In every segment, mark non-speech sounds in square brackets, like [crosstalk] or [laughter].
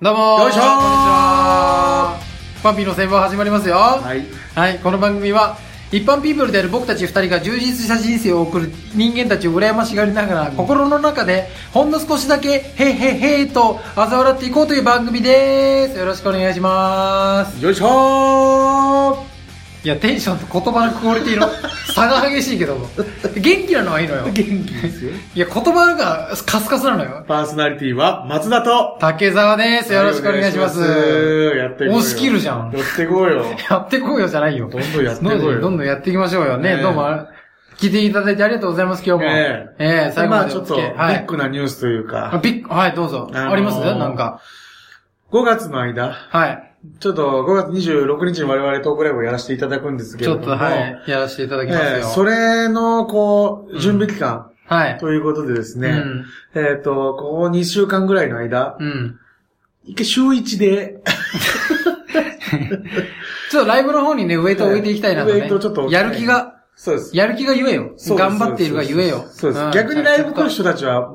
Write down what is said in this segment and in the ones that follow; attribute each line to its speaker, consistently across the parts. Speaker 1: どうもー
Speaker 2: よいしょー
Speaker 1: こんにちはパンピーの専門始まりますよはい、
Speaker 2: い。
Speaker 1: この番組は一般ピープルである僕たち二人が充実した人生を送る人間たちを羨ましがりながら、心の中でほんの少しだけ「へいへいへい」と嘲笑っていこうという番組ですよろしくお願いします
Speaker 2: よいしょー
Speaker 1: いやテンションと言葉のクオリティの差が激しいけ [laughs] ども元気なのはいいのよ
Speaker 2: 元気ですよ。
Speaker 1: いや言葉がカスカスなのよ
Speaker 2: パーソナリティは松田と。
Speaker 1: 竹澤ですよろしくお願いします、
Speaker 2: やっていこうよ。
Speaker 1: 押し切るじゃん
Speaker 2: やっていこうよ。
Speaker 1: やってこうよじゃないよ。
Speaker 2: どんどんやってこう
Speaker 1: ど
Speaker 2: よ
Speaker 1: んどんどんどんやっていきましょうよね。
Speaker 2: ねえ
Speaker 1: どうも、聞いていただいてありがとうございます、今日も。
Speaker 2: ね
Speaker 1: ええ [laughs] 最後
Speaker 2: ま
Speaker 1: ま
Speaker 2: あ
Speaker 1: で
Speaker 2: ち
Speaker 1: お
Speaker 2: ょっと、
Speaker 1: 付き合
Speaker 2: ビ
Speaker 1: い。は
Speaker 2: ッ
Speaker 1: い。
Speaker 2: グなニュースという
Speaker 1: あ
Speaker 2: か、
Speaker 1: ビッグ、はい、どうぞ。
Speaker 2: あのー
Speaker 1: ありますなんか。
Speaker 2: 5月の間、
Speaker 1: はい。
Speaker 2: ちょっと5月26日に我々トークライブをやらせていただくんですけ
Speaker 1: ち
Speaker 2: れど
Speaker 1: ょ
Speaker 2: も。
Speaker 1: っと、はい、やらせていただきますよ。
Speaker 2: ええそれの、こう、準備期間
Speaker 1: はい。
Speaker 2: ということでですね、
Speaker 1: うん。
Speaker 2: えっ、と、ここ2週間ぐらいの間、
Speaker 1: うん。
Speaker 2: 一回週1で、
Speaker 1: [laughs] ちょっとライブの方にね、ウェイトを置いていきたいなとね。
Speaker 2: ウェイトをちょっと置きた
Speaker 1: や
Speaker 2: い
Speaker 1: る気が、
Speaker 2: そうです。
Speaker 1: やる気が言えよ。
Speaker 2: そうです
Speaker 1: 頑張っているが言えよ。
Speaker 2: そうです。
Speaker 1: ん
Speaker 2: 逆にライブ来る人たちは、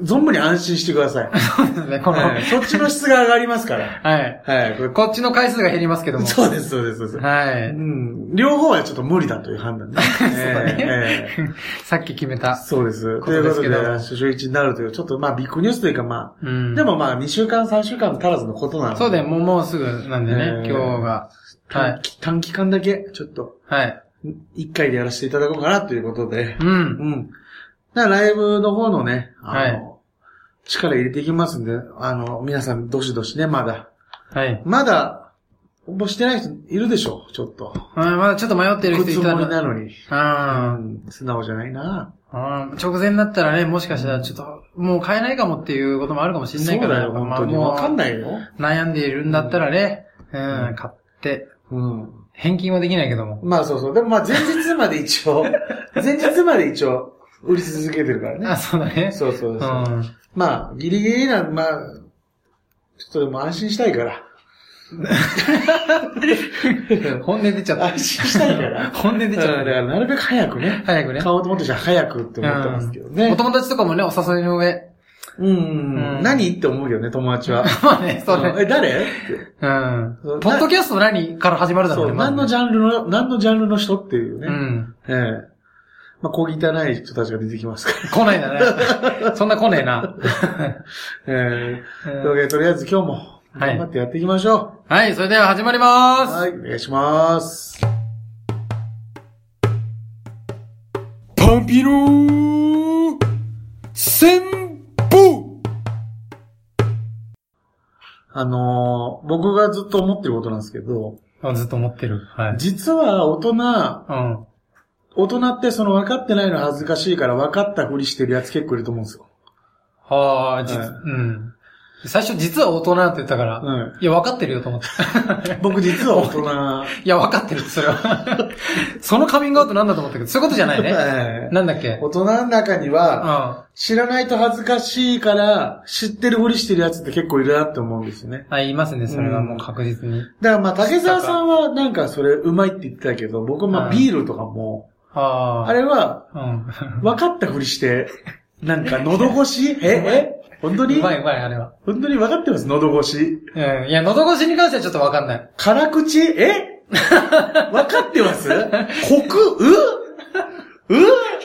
Speaker 2: 存分に安心してください。
Speaker 1: そうですね、 [laughs] この、
Speaker 2: はいそっちの質が上がりますから。
Speaker 1: はい。
Speaker 2: はい。
Speaker 1: [laughs]
Speaker 2: これ
Speaker 1: こっちの回数が減りますけども。
Speaker 2: そうです、そうです、そうです。
Speaker 1: は
Speaker 2: う
Speaker 1: い。
Speaker 2: ん、両方はちょっと無理だという判
Speaker 1: [laughs]
Speaker 2: 断ね。そう
Speaker 1: ねさっき決めた。
Speaker 2: そうです。
Speaker 1: こと
Speaker 2: とい
Speaker 1: で
Speaker 2: うこ
Speaker 1: す
Speaker 2: と
Speaker 1: け
Speaker 2: で
Speaker 1: ど、
Speaker 2: 初日になるという、ちょっとまあビッグニュースというかま
Speaker 1: う
Speaker 2: あ、
Speaker 1: ん。
Speaker 2: でもまあ2週間、3週間足らずのことなので。
Speaker 1: そうだよ、もう、もうすぐなんでね、
Speaker 2: えー
Speaker 1: 今日が。は
Speaker 2: 短
Speaker 1: い。
Speaker 2: 期短期間だけ、ちょっと、
Speaker 1: はい。
Speaker 2: 1回でやらせていただこうかなということで。
Speaker 1: う。
Speaker 2: うんん。だからライブの方のね、あの、
Speaker 1: はい
Speaker 2: 力入れていきますんで、あの、皆さん、どしどしね、まだ。
Speaker 1: はい。
Speaker 2: まだ、応募してない人いるでしょちょっと。
Speaker 1: あーまだちょっと迷ってる
Speaker 2: く
Speaker 1: 人い
Speaker 2: つも
Speaker 1: た
Speaker 2: り
Speaker 1: ら。
Speaker 2: なのに。
Speaker 1: あー
Speaker 2: うん素直じゃないな。
Speaker 1: あー直前になったらね、もしかしたらちょっと、もう買えないかもっていうこともあるかもしれな
Speaker 2: そ
Speaker 1: いうから、
Speaker 2: だよ、本
Speaker 1: まあ
Speaker 2: 当に。
Speaker 1: もう
Speaker 2: わかんないよ。
Speaker 1: 悩んでいるんだったらね、う、
Speaker 2: うんん
Speaker 1: 買って、
Speaker 2: うん。
Speaker 1: 返金はできないけども。
Speaker 2: まあそうそう。でもまあ前日まで
Speaker 1: [laughs]
Speaker 2: 一応、前日まで一応、売り続けてるからね。
Speaker 1: あ、そうだね。。
Speaker 2: そうそううんそう。
Speaker 1: は
Speaker 2: まあ、ギリギリな、まあ、ちょっとでも安心したいから。
Speaker 1: い本音出ちゃった。
Speaker 2: 安心したい
Speaker 1: [laughs]
Speaker 2: から。
Speaker 1: 本音出ちゃ
Speaker 2: だか
Speaker 1: っ
Speaker 2: ら、なるべく早くね
Speaker 1: た。。早くね。
Speaker 2: 買おうと思ってじゃ早くって思ってますけどね。
Speaker 1: お友達とかもね、お誘いの上。 [laughs]
Speaker 2: うん。
Speaker 1: うん
Speaker 2: 何って思うけどね、友達は。
Speaker 1: まあね、そう
Speaker 2: うん
Speaker 1: ね。
Speaker 2: [laughs] え、誰って
Speaker 1: うん
Speaker 2: そう。
Speaker 1: ポッドキャスト何から始まるだろ
Speaker 2: そうう、
Speaker 1: ね。
Speaker 2: 何の
Speaker 1: じ
Speaker 2: ジャンルの、何のジャンルの人っていうね。
Speaker 1: うん。
Speaker 2: ええまあ、小汚い人たちが出てきますか
Speaker 1: 来ないだ
Speaker 2: [laughs]
Speaker 1: ね。そんな来ねえな。
Speaker 2: ら。ええというわけで、とりあえず今日も、
Speaker 1: はい
Speaker 2: 頑張ってやっていきましょ
Speaker 1: はい、それでは始まり
Speaker 2: う。
Speaker 1: ま
Speaker 2: はい、お願いします。
Speaker 3: パンピロー戦法
Speaker 2: あのー僕がずっと思ってることなんですけど、
Speaker 1: す。ずっと思ってる。はい。
Speaker 2: 実は大人、
Speaker 1: うん。
Speaker 2: 大人ってその分かってないの恥ずかしいから分かったふりしてるやつ結構いると思うんですよ。
Speaker 1: はあ、じ、
Speaker 2: はい
Speaker 1: うん。最初実は大人って言ったから、
Speaker 2: はい
Speaker 1: や、分かってるよと思って。
Speaker 2: 僕実は大人。
Speaker 1: いや、分かってる、それ
Speaker 2: [laughs]
Speaker 1: は。そのカミングアウトなんだと思ったけど、そういうことじゃ [laughs] ないね。
Speaker 2: ええ
Speaker 1: なんだっけ。うん。
Speaker 2: 大人の中には、
Speaker 1: あ、
Speaker 2: 知らないと恥ずかしいから、知ってるふりしてるやつって結構いるなって思うんですよね。
Speaker 1: 言いますね、それはもう確実に。
Speaker 2: だからまあ、竹澤さんはなんかそれうまいって言ってたけど、僕はま
Speaker 1: う
Speaker 2: あ
Speaker 1: ん
Speaker 2: ビールとかも、
Speaker 1: ああ。
Speaker 2: あれは
Speaker 1: うん。
Speaker 2: 分かったふりして、なんか喉越しええ本当に
Speaker 1: うまいうまい、あれは。
Speaker 2: 本当に分かってます喉越し。
Speaker 1: うん。いや、喉越しに関してはちょっと分かんない。
Speaker 2: 辛
Speaker 1: [laughs]
Speaker 2: 口え分かってますコクうう
Speaker 1: い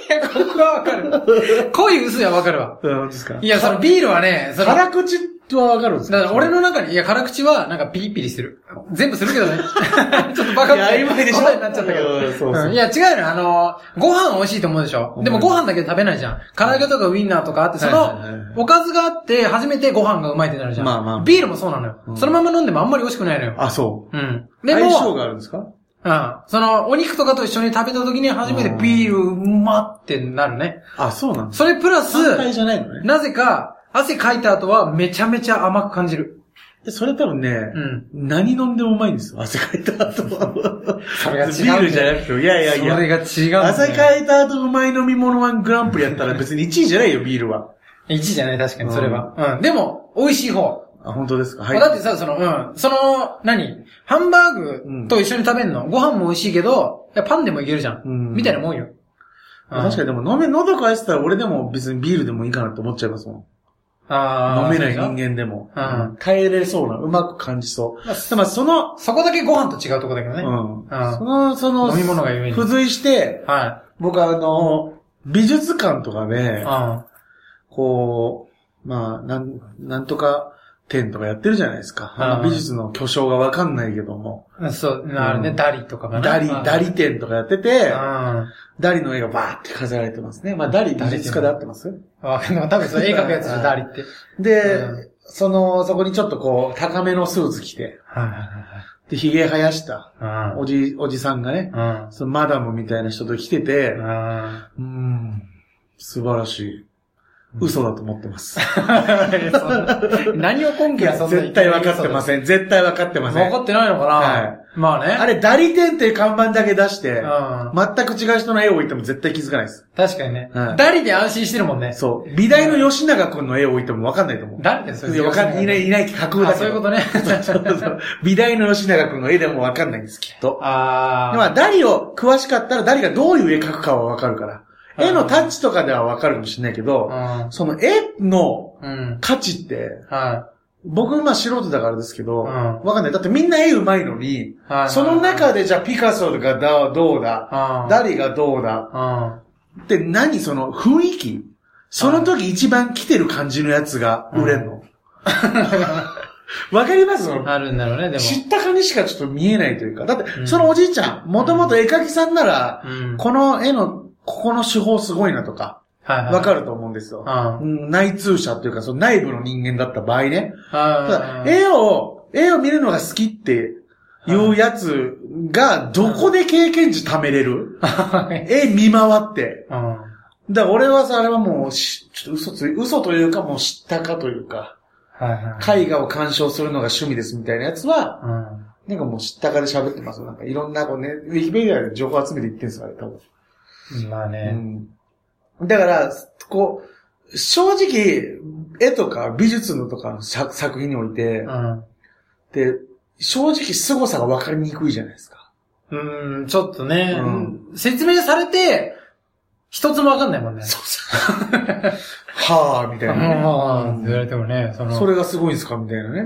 Speaker 1: や、ここは分かる。濃い薄いは分かるわ。
Speaker 2: うん、ですか
Speaker 1: いや、そのビールはね、その、
Speaker 2: 辛口は分かるんです
Speaker 1: だから俺の中に、いや、辛口は、なんかピリピリする。全部するけどね。 [laughs] ちょっとバカみたい
Speaker 2: いや曖昧でしょ
Speaker 1: 答えになっちゃったけど。
Speaker 2: うんそうそう
Speaker 1: いや、違うよ。あのー、ご飯美味しいと思うでしょ。でも
Speaker 2: うん
Speaker 1: ご飯だけで食べないじゃん。唐揚げとかウインナーとかあって、そ
Speaker 2: はいはいはいはい
Speaker 1: の、おかずがあって、初めてご飯がうまいってなるじゃん。
Speaker 2: まあまあ
Speaker 1: ビールもそうなのよ。
Speaker 2: うん
Speaker 1: そのまま飲んでもあんまり美味しくないのよ。
Speaker 2: あ、そう。
Speaker 1: うん。で
Speaker 2: 相性
Speaker 1: も、
Speaker 2: があるんですか
Speaker 1: うん。その、お肉とかと一緒に食べた時に初めてビールうまってなるね。
Speaker 2: あ、そうなんです
Speaker 1: それプラス、
Speaker 2: 単体じゃないのね。
Speaker 1: なぜか、汗かいた後はめちゃめちゃ甘く感じる。
Speaker 2: でそれ多分ね、
Speaker 1: うん。
Speaker 2: 何飲んでもうまいんですよ。汗かいた後は。
Speaker 1: それが違うんだよ
Speaker 2: ビールじゃなくて、いやいやいや。
Speaker 1: それが違うんだよ
Speaker 2: 汗かいた後うまい飲み物ワングランプリやったら別に1位じゃないよ、ビールは。
Speaker 1: 1じゃない、確かに、それは。うん。でも、美味しい方。
Speaker 2: あ、本当ですかはい。
Speaker 1: だってさ、その、うん。その、何ハンバーグと一緒に食べんの、ご飯も美味しいけど、いやパンでもいけるじゃん。
Speaker 2: うん
Speaker 1: みたいなもんよ。
Speaker 2: 確かにでも飲め、喉返したら俺でも別にビールでもいいかなって思っちゃいますもん。
Speaker 1: あー
Speaker 2: 飲めない人間でも
Speaker 1: うん。
Speaker 2: 耐えれそうな、うまく感じそう。
Speaker 1: まあ
Speaker 2: でもその、
Speaker 1: そこだけご飯と違うとこだけど
Speaker 2: う
Speaker 1: ね。
Speaker 2: ん。
Speaker 1: あー
Speaker 2: その、その、
Speaker 1: 飲み物がゆえに
Speaker 2: 付随して、
Speaker 1: は
Speaker 2: 僕あの、美術館とか
Speaker 1: い。
Speaker 2: で、
Speaker 1: あ
Speaker 2: こう、まあ、なん、なんとか展とかやってるじゃないですか。
Speaker 1: うん
Speaker 2: あの美術の巨匠がわかんないけども、
Speaker 1: ーそう、あれね、
Speaker 2: うん
Speaker 1: ダリとかかな。
Speaker 2: ダリ、
Speaker 1: あー
Speaker 2: ダ。リ展とかやってて、
Speaker 1: うん。
Speaker 2: ダリの絵がバーって飾られてますね。まあ、ダリ、
Speaker 1: ダリ
Speaker 2: 美術家で合ってます
Speaker 1: わかんない。多分それ絵描くやつじゃん、ダリって。
Speaker 2: で、
Speaker 1: う
Speaker 2: その、そこにちょっとこう、高めのスーツ着て、
Speaker 1: はい
Speaker 2: で、髭生やした、
Speaker 1: はいはい。
Speaker 2: おじ、おじさんがね、
Speaker 1: うん。
Speaker 2: そのマダムみたいな人と来てて、う
Speaker 1: あ
Speaker 2: ーん、素晴らしい。
Speaker 1: うん
Speaker 2: 嘘だと思ってま
Speaker 1: [laughs]
Speaker 2: す。
Speaker 1: あ。何を根
Speaker 2: い
Speaker 1: 拠
Speaker 2: や、
Speaker 1: にそんな
Speaker 2: 絶対分かってません。絶対分かってませ
Speaker 1: 分か
Speaker 2: ん。
Speaker 1: ってないのかな
Speaker 2: はい
Speaker 1: まあね。
Speaker 2: あれ、ダリ店っていう看板だけ出して、
Speaker 1: うん。
Speaker 2: 全く違う人の絵を置いても絶対気づかないです。
Speaker 1: 確かにね
Speaker 2: は。い
Speaker 1: ダリで安心してるもんね。
Speaker 2: そう。美大の吉永くんの絵を置いても分かんないと思う。
Speaker 1: ダリでそれ。
Speaker 2: いや、分かんない。いない、いない、架空だ
Speaker 1: あ
Speaker 2: け
Speaker 1: そ
Speaker 2: ど
Speaker 1: ういうことね。
Speaker 2: [laughs] そうそう。美大の吉永くんの絵でもわかんないんです、きっと。
Speaker 1: ああ。
Speaker 2: まあ、ダリを詳しかったら、ダリがどういう絵描くかはわかるから。絵のタッチとかではわかるかもしれないけど、その絵の
Speaker 1: うん。うん。
Speaker 2: 価値って、
Speaker 1: は
Speaker 2: 僕、まあ素人だからですけど、
Speaker 1: うん
Speaker 2: わかんない。だってみんな絵上手いのに、
Speaker 1: い。はい。
Speaker 2: その中でじゃあピカソがだどうだ、
Speaker 1: あ
Speaker 2: ダリがどうだ、
Speaker 1: あ。
Speaker 2: って何その雰囲気その時一番来てる感じのやつが売れんの。 [laughs] わ、かります
Speaker 1: あるんだろうね、でも。
Speaker 2: 知ったかにしかちょっと見えないというか。だっ
Speaker 1: う
Speaker 2: て、
Speaker 1: ん
Speaker 2: そのおじいちゃん、もともと絵描きさんなら、
Speaker 1: うん。
Speaker 2: この絵の、ここの手法すごいなとか、
Speaker 1: はいはい。
Speaker 2: わかると思うんですよ。
Speaker 1: あ
Speaker 2: うん内通者というか、その内部の人間だった場合ね。ただ
Speaker 1: あ。え
Speaker 2: 絵を、絵を見るのが好きっていうやつが、どこで経験値貯めれる絵見回って。
Speaker 1: うん。
Speaker 2: だから俺はさ、あれはもうし、ちょっと嘘つい、嘘というかもう知ったかというか、
Speaker 1: はいはい。
Speaker 2: 絵画を鑑賞するのが趣味ですみたいなやつは、
Speaker 1: うん。
Speaker 2: なんかもう知ったかで喋ってますよなんかいろんな、こうね、ウィキペディアで情報集めていってんすから、多分。
Speaker 1: まあね。
Speaker 2: うん。だから、こう、正直、絵とか美術のとかの作作品において、
Speaker 1: うん。
Speaker 2: で、正直凄さが分かりにくいじゃないですか。
Speaker 1: うん、ちょっとね、
Speaker 2: う
Speaker 1: 説明されて、一つもわかんないもんね。
Speaker 2: そうそう。はぁ、みたいな、
Speaker 1: うん、
Speaker 2: うん
Speaker 1: 言われてもね、その、
Speaker 2: それがすごいんすかみたいなね。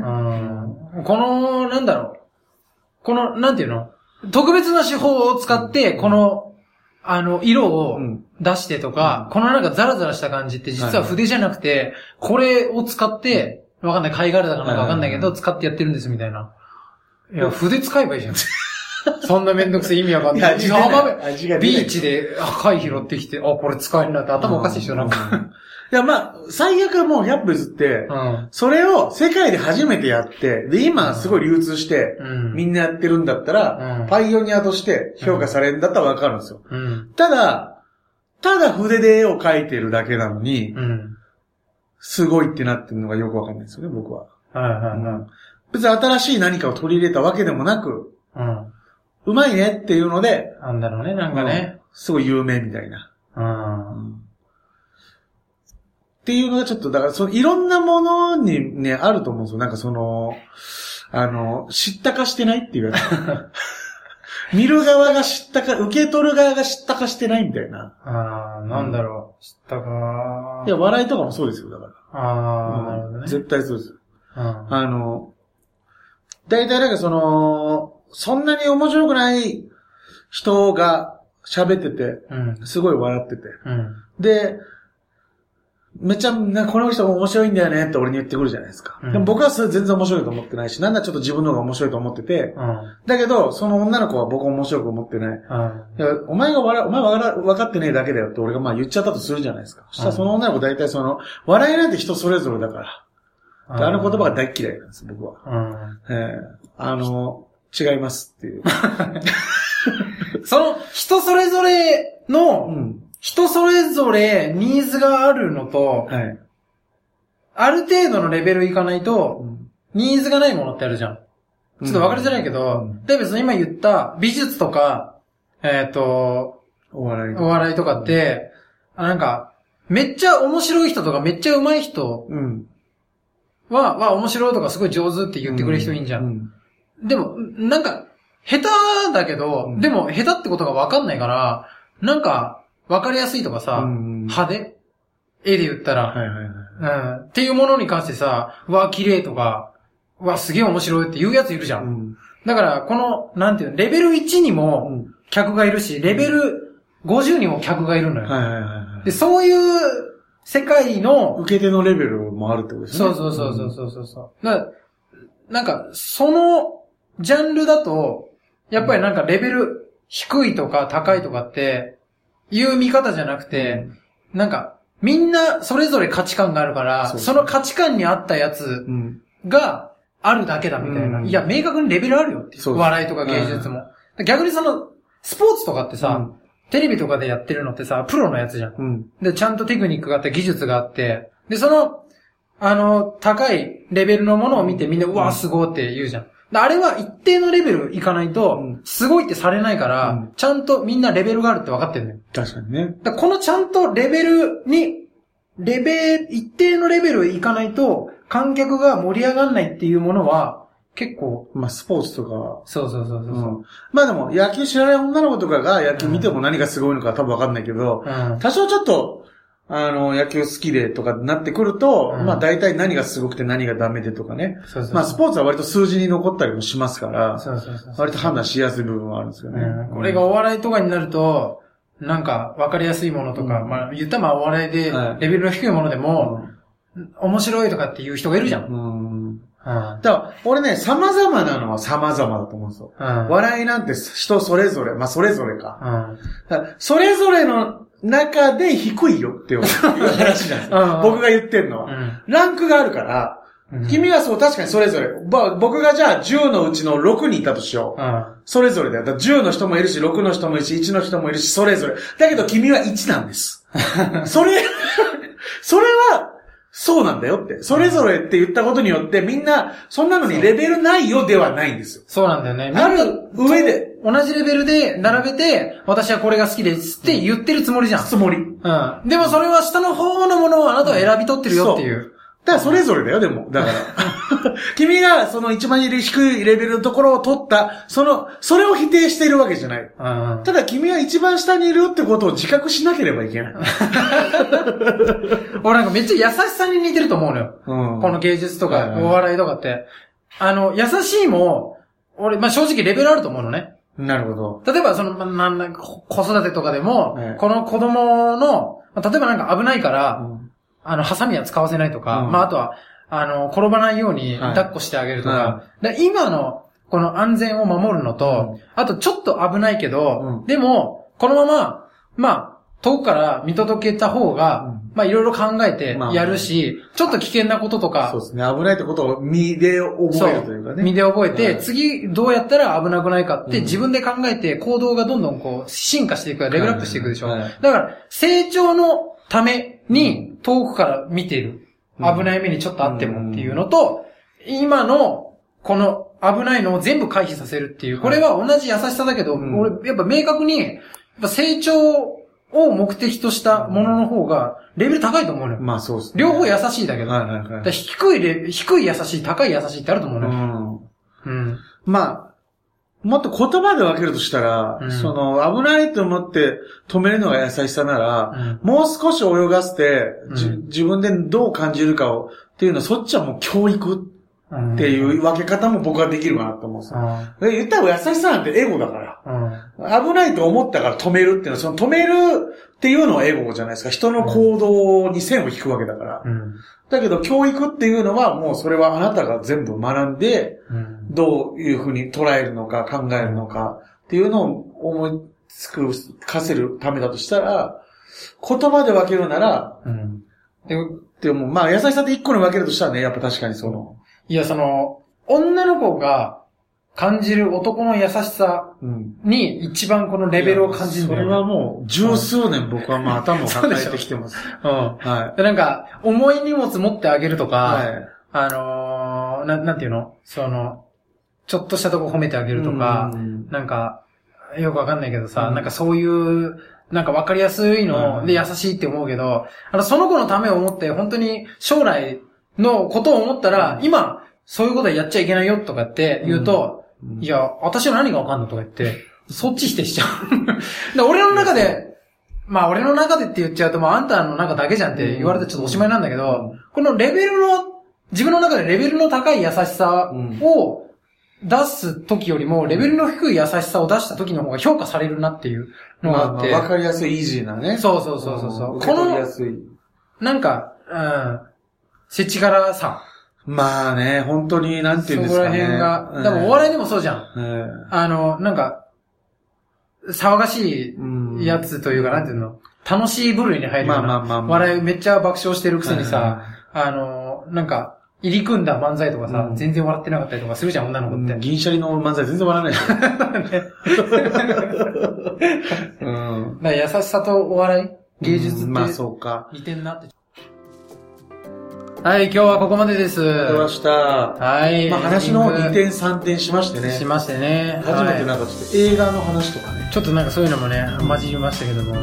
Speaker 1: うん、この、なんだろう。この、なんていうの特別な手法を使って、この、あの、色を
Speaker 2: うん
Speaker 1: 出してとか、このなんかザラザラした感じって実は筆じゃなくて、これを使って、わかんない、貝殻だかなんかわかんないけど、
Speaker 2: うん
Speaker 1: 使ってやってるんですみたいな。いや、筆使えばいいじ [laughs] ゃん。そんなめんどくせえ意味わかんない。
Speaker 2: 味が出ない
Speaker 1: 浜辺
Speaker 2: 味が出ない
Speaker 1: ビーチであ貝拾ってきて、あ、これ使えるなって頭おかしいでしょ、なん
Speaker 2: う
Speaker 1: か。
Speaker 2: んいや、まあ、最悪はもう100歩譲って、
Speaker 1: うん。
Speaker 2: それを世界で初めてやって、で、今すごい流通して、
Speaker 1: うん。
Speaker 2: みんなやってるんだったら、
Speaker 1: うん
Speaker 2: パイオニアとして評価されるんだったらわかるんですよ。
Speaker 1: うん。
Speaker 2: ただ、ただ筆で絵を描いてるだけなのに、
Speaker 1: うん。
Speaker 2: すごいってなってるのがよくわかんないですよね、僕は。
Speaker 1: はいはいはい。
Speaker 2: 別に新しい何かを取り入れたわけでもなく、
Speaker 1: うん。
Speaker 2: うまいねっていうので、
Speaker 1: なんだろうね、なんかね。
Speaker 2: うんすごい有名みたいな。
Speaker 1: うん。
Speaker 2: っていうのがちょっと、だから、その、いろんなものにね、あると思うんですよ。なんかその、あの、知ったかしてないっていうや
Speaker 1: [laughs]
Speaker 2: つ。見る側が知ったか、受け取る側が知ったかしてないみたいな。
Speaker 1: あー、なんだろう。知ったか
Speaker 2: いや、笑いとかもそうですよ、だか
Speaker 1: あ
Speaker 2: ら。
Speaker 1: ー、なるほどね。
Speaker 2: 絶対そうです。
Speaker 1: うん。
Speaker 2: あの、大体なんかその、そんなに面白くない人が喋ってて、
Speaker 1: うん。
Speaker 2: すごい笑ってて。
Speaker 1: うん。
Speaker 2: で、めっちゃ、なこの人も面白いんだよねって俺に言ってくるじゃないですか。
Speaker 1: うん
Speaker 2: でも僕はそれ全然面白いと思ってないし、なんだちょっと自分の方が面白いと思ってて、
Speaker 1: うん。
Speaker 2: だけど、その女の子は僕面白く思ってない。
Speaker 1: うん。
Speaker 2: だからお前が笑、お前は笑分かってねえだけだよって俺がまあ言っちゃったとするじゃないですか。そしたらその女の子大体その、笑いなんて人それぞれだから。であの言葉が大嫌いなんです、僕は。
Speaker 1: うん。
Speaker 2: ええあの、違いますっていう。
Speaker 1: その、人それぞれ
Speaker 2: う
Speaker 1: の、
Speaker 2: ん。
Speaker 1: 人それぞれニーズがあるのと、
Speaker 2: はい。
Speaker 1: ある程度のレベルいかないと、ニーズがないものってあるじゃん。ちょっと分かりづらいけ
Speaker 2: う
Speaker 1: ど
Speaker 2: ん、
Speaker 1: 例えばその今言った美術とか、えっと、
Speaker 2: お笑い
Speaker 1: お笑いとかって、あなんか、めっちゃ面白い人とかめっちゃ上手い人
Speaker 2: うん。
Speaker 1: は、は面白いとかすごい上手って言ってくれる人いいんじゃ。
Speaker 2: うん
Speaker 1: でも、なんか、下手だけど、
Speaker 2: うん
Speaker 1: でも下手ってことがわかんないから、なんか、わかりやすいとかさ、
Speaker 2: うん
Speaker 1: 派手絵で言ったら、
Speaker 2: はいはいはい。
Speaker 1: うん。っていうものに関してさ、うわ、綺麗とか、うわ、すげえ面白いって言うやついるじゃ。
Speaker 2: うんん。
Speaker 1: だから、この、なんていうの、レベル1に
Speaker 2: う
Speaker 1: も
Speaker 2: ん
Speaker 1: 客がいるし、レベル50にも客がいるのよ。
Speaker 2: はいはいはいは
Speaker 1: で、そういう世界
Speaker 2: い。
Speaker 1: の、
Speaker 2: 受け手のレベルもあるってことですね。
Speaker 1: そうそうそうそうそうそうそう。だからなんか、そのジャンルだと、やっぱりなんかレベル低いとか高いとかって、いう見方じゃなくて、なんか、みんなそれぞれ価値観があるから、
Speaker 2: そ
Speaker 1: そうの価値観に合ったやつ
Speaker 2: うん。うん。
Speaker 1: があるだけだみたいな。
Speaker 2: うん
Speaker 1: いや、明確にレベルあるよっていう
Speaker 2: そうです
Speaker 1: 笑いとか芸術も。逆にその、スポーツとかってさ、テレビとかでやってるのってさ、プロのやつじゃん。
Speaker 2: うん。
Speaker 1: で、ちゃんとテクニックがあって、技術があって、で、その、あの、高いレベルのものを見てみんな、うわ、すごいって言うじゃん。であれは一定のレベルいかないと
Speaker 2: うん、
Speaker 1: すごいってされないから、
Speaker 2: うん
Speaker 1: ちゃんとみんなレベルがあるって分かってんのよ。
Speaker 2: 確かにね。
Speaker 1: だからこのちゃんとレベルに、レベル、一定のレベルいかないと、観客が盛り上がんないっていうものは、結構、
Speaker 2: まあ、スポーツとかは。
Speaker 1: そうそうそうそううそう。
Speaker 2: ん。まあでも、野球知らない女の子とかが野球見ても何がすごいのか多分わかんないけど、
Speaker 1: うん。
Speaker 2: 多少ちょっと、あの、野球好きでとかなってくると、
Speaker 1: うん
Speaker 2: まあ大体何がすごくて何がダメでとかね。
Speaker 1: そうそうそう。
Speaker 2: まあスポーツは割と数字に残ったりもしますから、
Speaker 1: そうそうそうそう。
Speaker 2: 割と判断しやすい部分はあるんですよね。
Speaker 1: うんこれがお笑いとかになると、なんか分かりやすいものとか、
Speaker 2: うん
Speaker 1: まあ言ったらまあお笑いで
Speaker 2: は
Speaker 1: レ
Speaker 2: い
Speaker 1: ベルの低いものでも、
Speaker 2: う
Speaker 1: 面白いとかっていう人がいるじゃん。うん。
Speaker 2: ん。うん。
Speaker 1: うん。
Speaker 2: だから、俺ね、様々なのは様々だと思うんですよ。
Speaker 1: うん。
Speaker 2: 笑いなんて人それぞれ、まあそれぞれか。だからそれぞれの中で低いよっ
Speaker 1: [laughs]
Speaker 2: ていう話なんです
Speaker 1: うん
Speaker 2: よ。僕が言ってんのは。ランクがあるから、
Speaker 1: うん。
Speaker 2: 君はそう、確かにそれぞれ。ぼ僕がじゃあ10のうちの6人いたとしよう。
Speaker 1: うん。
Speaker 2: それぞれだよ。だから10の人もいるし、6の人もいるし、1の人もいるし、それぞれ。だけど君は1な
Speaker 1: [laughs]
Speaker 2: んです。それ、それは、そうなんだよって。それぞれって言ったことによって、みんな、そんなのにレベルないよではないんですよ。
Speaker 1: そうなんだよね。
Speaker 2: ある上で、
Speaker 1: 同じレベルで並べて、私はこれが好きですって言ってるつもりじゃん。
Speaker 2: つもり。
Speaker 1: うん。でもそれは下の方のものをあなたは選び取ってるよっていう。
Speaker 2: だからそれぞれだよ、でも。
Speaker 1: [laughs]
Speaker 2: だから。君がその一番低いレベルのところを取った、その、それを否定しているわけじゃない。
Speaker 1: うん。
Speaker 2: ただ君は一番下にいるってことを自覚しなければいけない。
Speaker 1: 俺なんかめっちゃ優しさに似てると思うのよ。
Speaker 2: うん
Speaker 1: この芸術と
Speaker 2: はい
Speaker 1: か、
Speaker 2: はい
Speaker 1: お笑いとかって。あの、優しいも、俺、まあ、正直レベルあると思うのね。
Speaker 2: なるほど。
Speaker 1: 例えば、その、まなんなんか、こ子育てとかでも、
Speaker 2: はい
Speaker 1: この子供の、まあ例えばなんか危ないから、あの、ハサミは使わせないとか、
Speaker 2: うん
Speaker 1: まあ、あとは、あの、転ばないように
Speaker 2: はい
Speaker 1: 抱っこしてあげるとか、
Speaker 2: は
Speaker 1: で今の、この安全を守るのと、あとちょっと危ないけど、
Speaker 2: うん
Speaker 1: でも、このまま、まあ、遠くから見届けた方が、
Speaker 2: うん
Speaker 1: まあ、いろいろ考えて
Speaker 2: まあ
Speaker 1: やるし、ちょっと危険なこととか
Speaker 2: そう、ですね。危ないってことを身で覚えるというかね。
Speaker 1: 身で覚えて、
Speaker 2: はい
Speaker 1: 次どうやったら危なくないかっ
Speaker 2: う
Speaker 1: て
Speaker 2: ん
Speaker 1: 自分で考えて行動がどんどんこう進化していくからレベルアップしていくでしょ。
Speaker 2: はいはい
Speaker 1: だから成長のために遠くから見ている。
Speaker 2: うん
Speaker 1: 危ない目にちょっとあってもっていうのと、今のこの危ないのを全部回避させるっていう。これは同じ優しさだけど、
Speaker 2: うん
Speaker 1: 俺やっぱ明確にやっぱ成長を目的としたものの方がレベル高いと思うのよ。
Speaker 2: まあそうですね。
Speaker 1: 両方
Speaker 2: や
Speaker 1: 優しいだけど。
Speaker 2: はいはいは
Speaker 1: だ
Speaker 2: い
Speaker 1: から低いレ、低い優しい、高い優しいってあると思う
Speaker 2: う
Speaker 1: ね。
Speaker 2: ん。
Speaker 1: うん。
Speaker 2: まあ、もっと言葉で分けるとしたら、
Speaker 1: うん
Speaker 2: その、危ないと思って止めるのが優しさなら、もう少し泳がせて、じ
Speaker 1: うん
Speaker 2: 自分でどう感じるかを、っていうのは、そっちはもう教育
Speaker 1: うん。。
Speaker 2: っていうう分け方も僕はできるかなと思うんですよ。で言ったら優しさなんてエゴだから。
Speaker 1: うん。
Speaker 2: 危ないと思ったから止めるっていうのは、その止めるっていうのはエゴじゃないですか。人の行動に線を引くわけだから。
Speaker 1: うん。
Speaker 2: だけど教育っていうのはもうそれはあなたが全部学んで、
Speaker 1: うん。
Speaker 2: どういうふうに捉えるのか考えるのかっていうのを思いつくかせるためだとしたら、言葉で分けるなら、
Speaker 1: うん。
Speaker 2: でもまあ優しさで一個に分けるとしたらね、やっぱ確かにその、
Speaker 1: いや、その、女の子が感じる男の優しさ
Speaker 2: うん。
Speaker 1: に一番このレベルを感じるん
Speaker 2: そ
Speaker 1: だ
Speaker 2: れは
Speaker 1: よ、ね。
Speaker 2: もう十数年僕はまあ頭を抱えてきてます。
Speaker 1: それは。
Speaker 2: は
Speaker 1: うん。で、なんか、重い荷物持ってあげるとか、
Speaker 2: い。はい。
Speaker 1: あのー、な、なんていうのその、ちょっとしたとこ褒めてあげるとか
Speaker 2: う、ん
Speaker 1: なんか、よくわかんないけどさ、
Speaker 2: うん
Speaker 1: なんかそういう、なんかわかりやすいので優しいって思うけど、あの、その子のためを思って、本当に将来のことを思ったら、今、そういうことはやっちゃいけないよとかって言うと、
Speaker 2: うん
Speaker 1: い [laughs] や、私は何がわかんのとか言って、そっち否定しちゃう。だから俺の中で、まあ俺の中でって言っちゃうと、まああんたの中だけじゃんって言われたらちょっとおしまいなんだけど、このレベルの、自分の中でレベルの高い優しさを出す時よりも、レベルの低い優しさを出した時の方が評価されるなっていうのがあって。
Speaker 2: まあわかりやすい、イージーなね。
Speaker 1: そうそうそうそうそう。
Speaker 2: ん
Speaker 1: こ
Speaker 2: わかりや
Speaker 1: の、
Speaker 2: すい。
Speaker 1: なんか、うん、せちがらさ、
Speaker 2: まあね、本当に、なん
Speaker 1: そ
Speaker 2: ていうん
Speaker 1: こ
Speaker 2: ですからね。
Speaker 1: 辺が、だからお笑いでもそうじゃん。
Speaker 2: い、
Speaker 1: あの、なんか、騒がし
Speaker 2: うん
Speaker 1: いやつというか、なんていうの、楽しい部類に入るような。
Speaker 2: まあまあまあまあ
Speaker 1: 笑いめっちゃ爆笑してるくせにさ、あの、なんか、入り組んだ漫才とかさ、
Speaker 2: うん
Speaker 1: 全然笑ってなかったりとかするじゃん、女の
Speaker 2: う
Speaker 1: 子
Speaker 2: ん
Speaker 1: って。
Speaker 2: 銀シャリの漫才全然笑わない
Speaker 1: だか
Speaker 2: でしょ。うん
Speaker 1: ら優しさとお笑い芸術っ
Speaker 2: うんまあ
Speaker 1: て
Speaker 2: そうか。
Speaker 1: 似てんなって。はい、今日はここまでです。
Speaker 2: ありがとうございました。
Speaker 1: はい。
Speaker 2: まあ話の
Speaker 1: エン
Speaker 2: 2
Speaker 1: ディン
Speaker 2: 点3点しまして
Speaker 1: グ
Speaker 2: ね。
Speaker 1: しましてね。
Speaker 2: 初めて
Speaker 1: は
Speaker 2: なんかちょっと映画の話とかね。
Speaker 1: いちょっとなんかそういうのもね、混じりましたけども。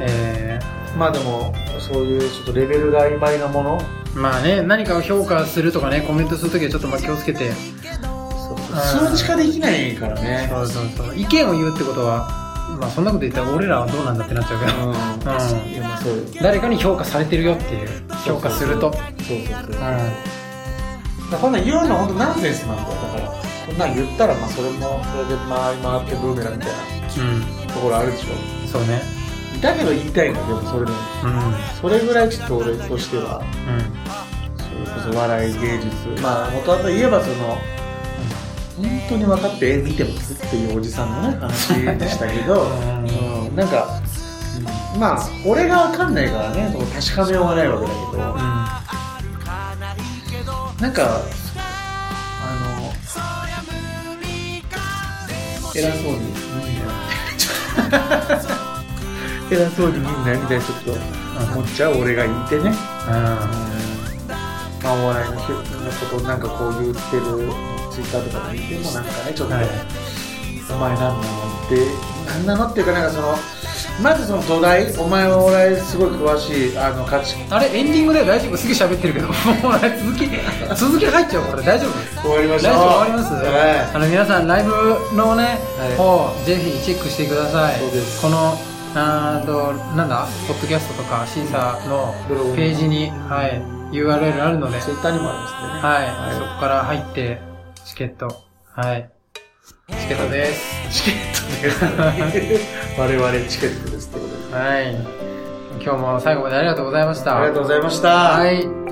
Speaker 1: え
Speaker 2: まあでも、そういうちょっとレベルが曖昧なもの、
Speaker 1: ー、まあね、何かを評価するとかね、コメントするときはちょっとまあ気をつけて。
Speaker 2: 数値化できないからね。
Speaker 1: そうそうそう。意見を言うってことは、まあそんなこと言ったら俺らはどうなんだってなっちゃうけど。う
Speaker 2: う
Speaker 1: ん
Speaker 2: ん。いやまあそうよ
Speaker 1: 誰かに評価されてるよっていう評価すると
Speaker 2: そうそうそう。
Speaker 1: う
Speaker 2: だからこんなん言うのほんとナンセンスなんだよだからこんなん言ったらまあそれもそれで回り回ってブーメランみたい
Speaker 1: ん、
Speaker 2: なところあるでしょ
Speaker 1: うん、そうね
Speaker 2: だけど言いたいんだけどそれでも
Speaker 1: うんうん
Speaker 2: それぐらいちょっと俺としてはそれこそ笑い芸術まあ元々言えばその本当に分かって絵見てますっていうおじさんのね話でしたけど、
Speaker 1: ん
Speaker 2: [laughs] うん、なんか、うんまあ俺が分かんないからねその確かめようがないわけだけど、なんか、あの、偉そうに、みんな、 [laughs] 偉そうにみんなみたいなちょっと思っちゃう俺がいてね。まあ、お笑いの人のことなんかこう言ってるツイッターとかで見てもなんかね、ちょっと、
Speaker 1: はい
Speaker 2: お前なんなのって、なんなのっていうかなんかその、まずその土台、お前はお笑いすごい詳しい、あの、価値
Speaker 1: あれエンディングで大丈夫すげえ喋ってるけどもう続き続き入っちゃうから大丈夫です
Speaker 2: 終わりま
Speaker 1: 大
Speaker 2: した。
Speaker 1: 丈夫終わります、
Speaker 2: はい
Speaker 1: あの皆さんライブのね、
Speaker 2: はい
Speaker 1: 方ぜひチェックしてください
Speaker 2: そうです
Speaker 1: このあーとなんだポッドキャストとか審査の
Speaker 2: ブログに
Speaker 1: ページに、はい、URL あるので
Speaker 2: ツイッターにもあります
Speaker 1: は
Speaker 2: ね。
Speaker 1: い、
Speaker 2: はい
Speaker 1: そこから入って、チケット。はい。チケットです。
Speaker 2: チケットです。 [laughs] 我々チケットですってことで。
Speaker 1: はい。今日も最後までありがとうございました。
Speaker 2: ありがとうございました。
Speaker 1: はい。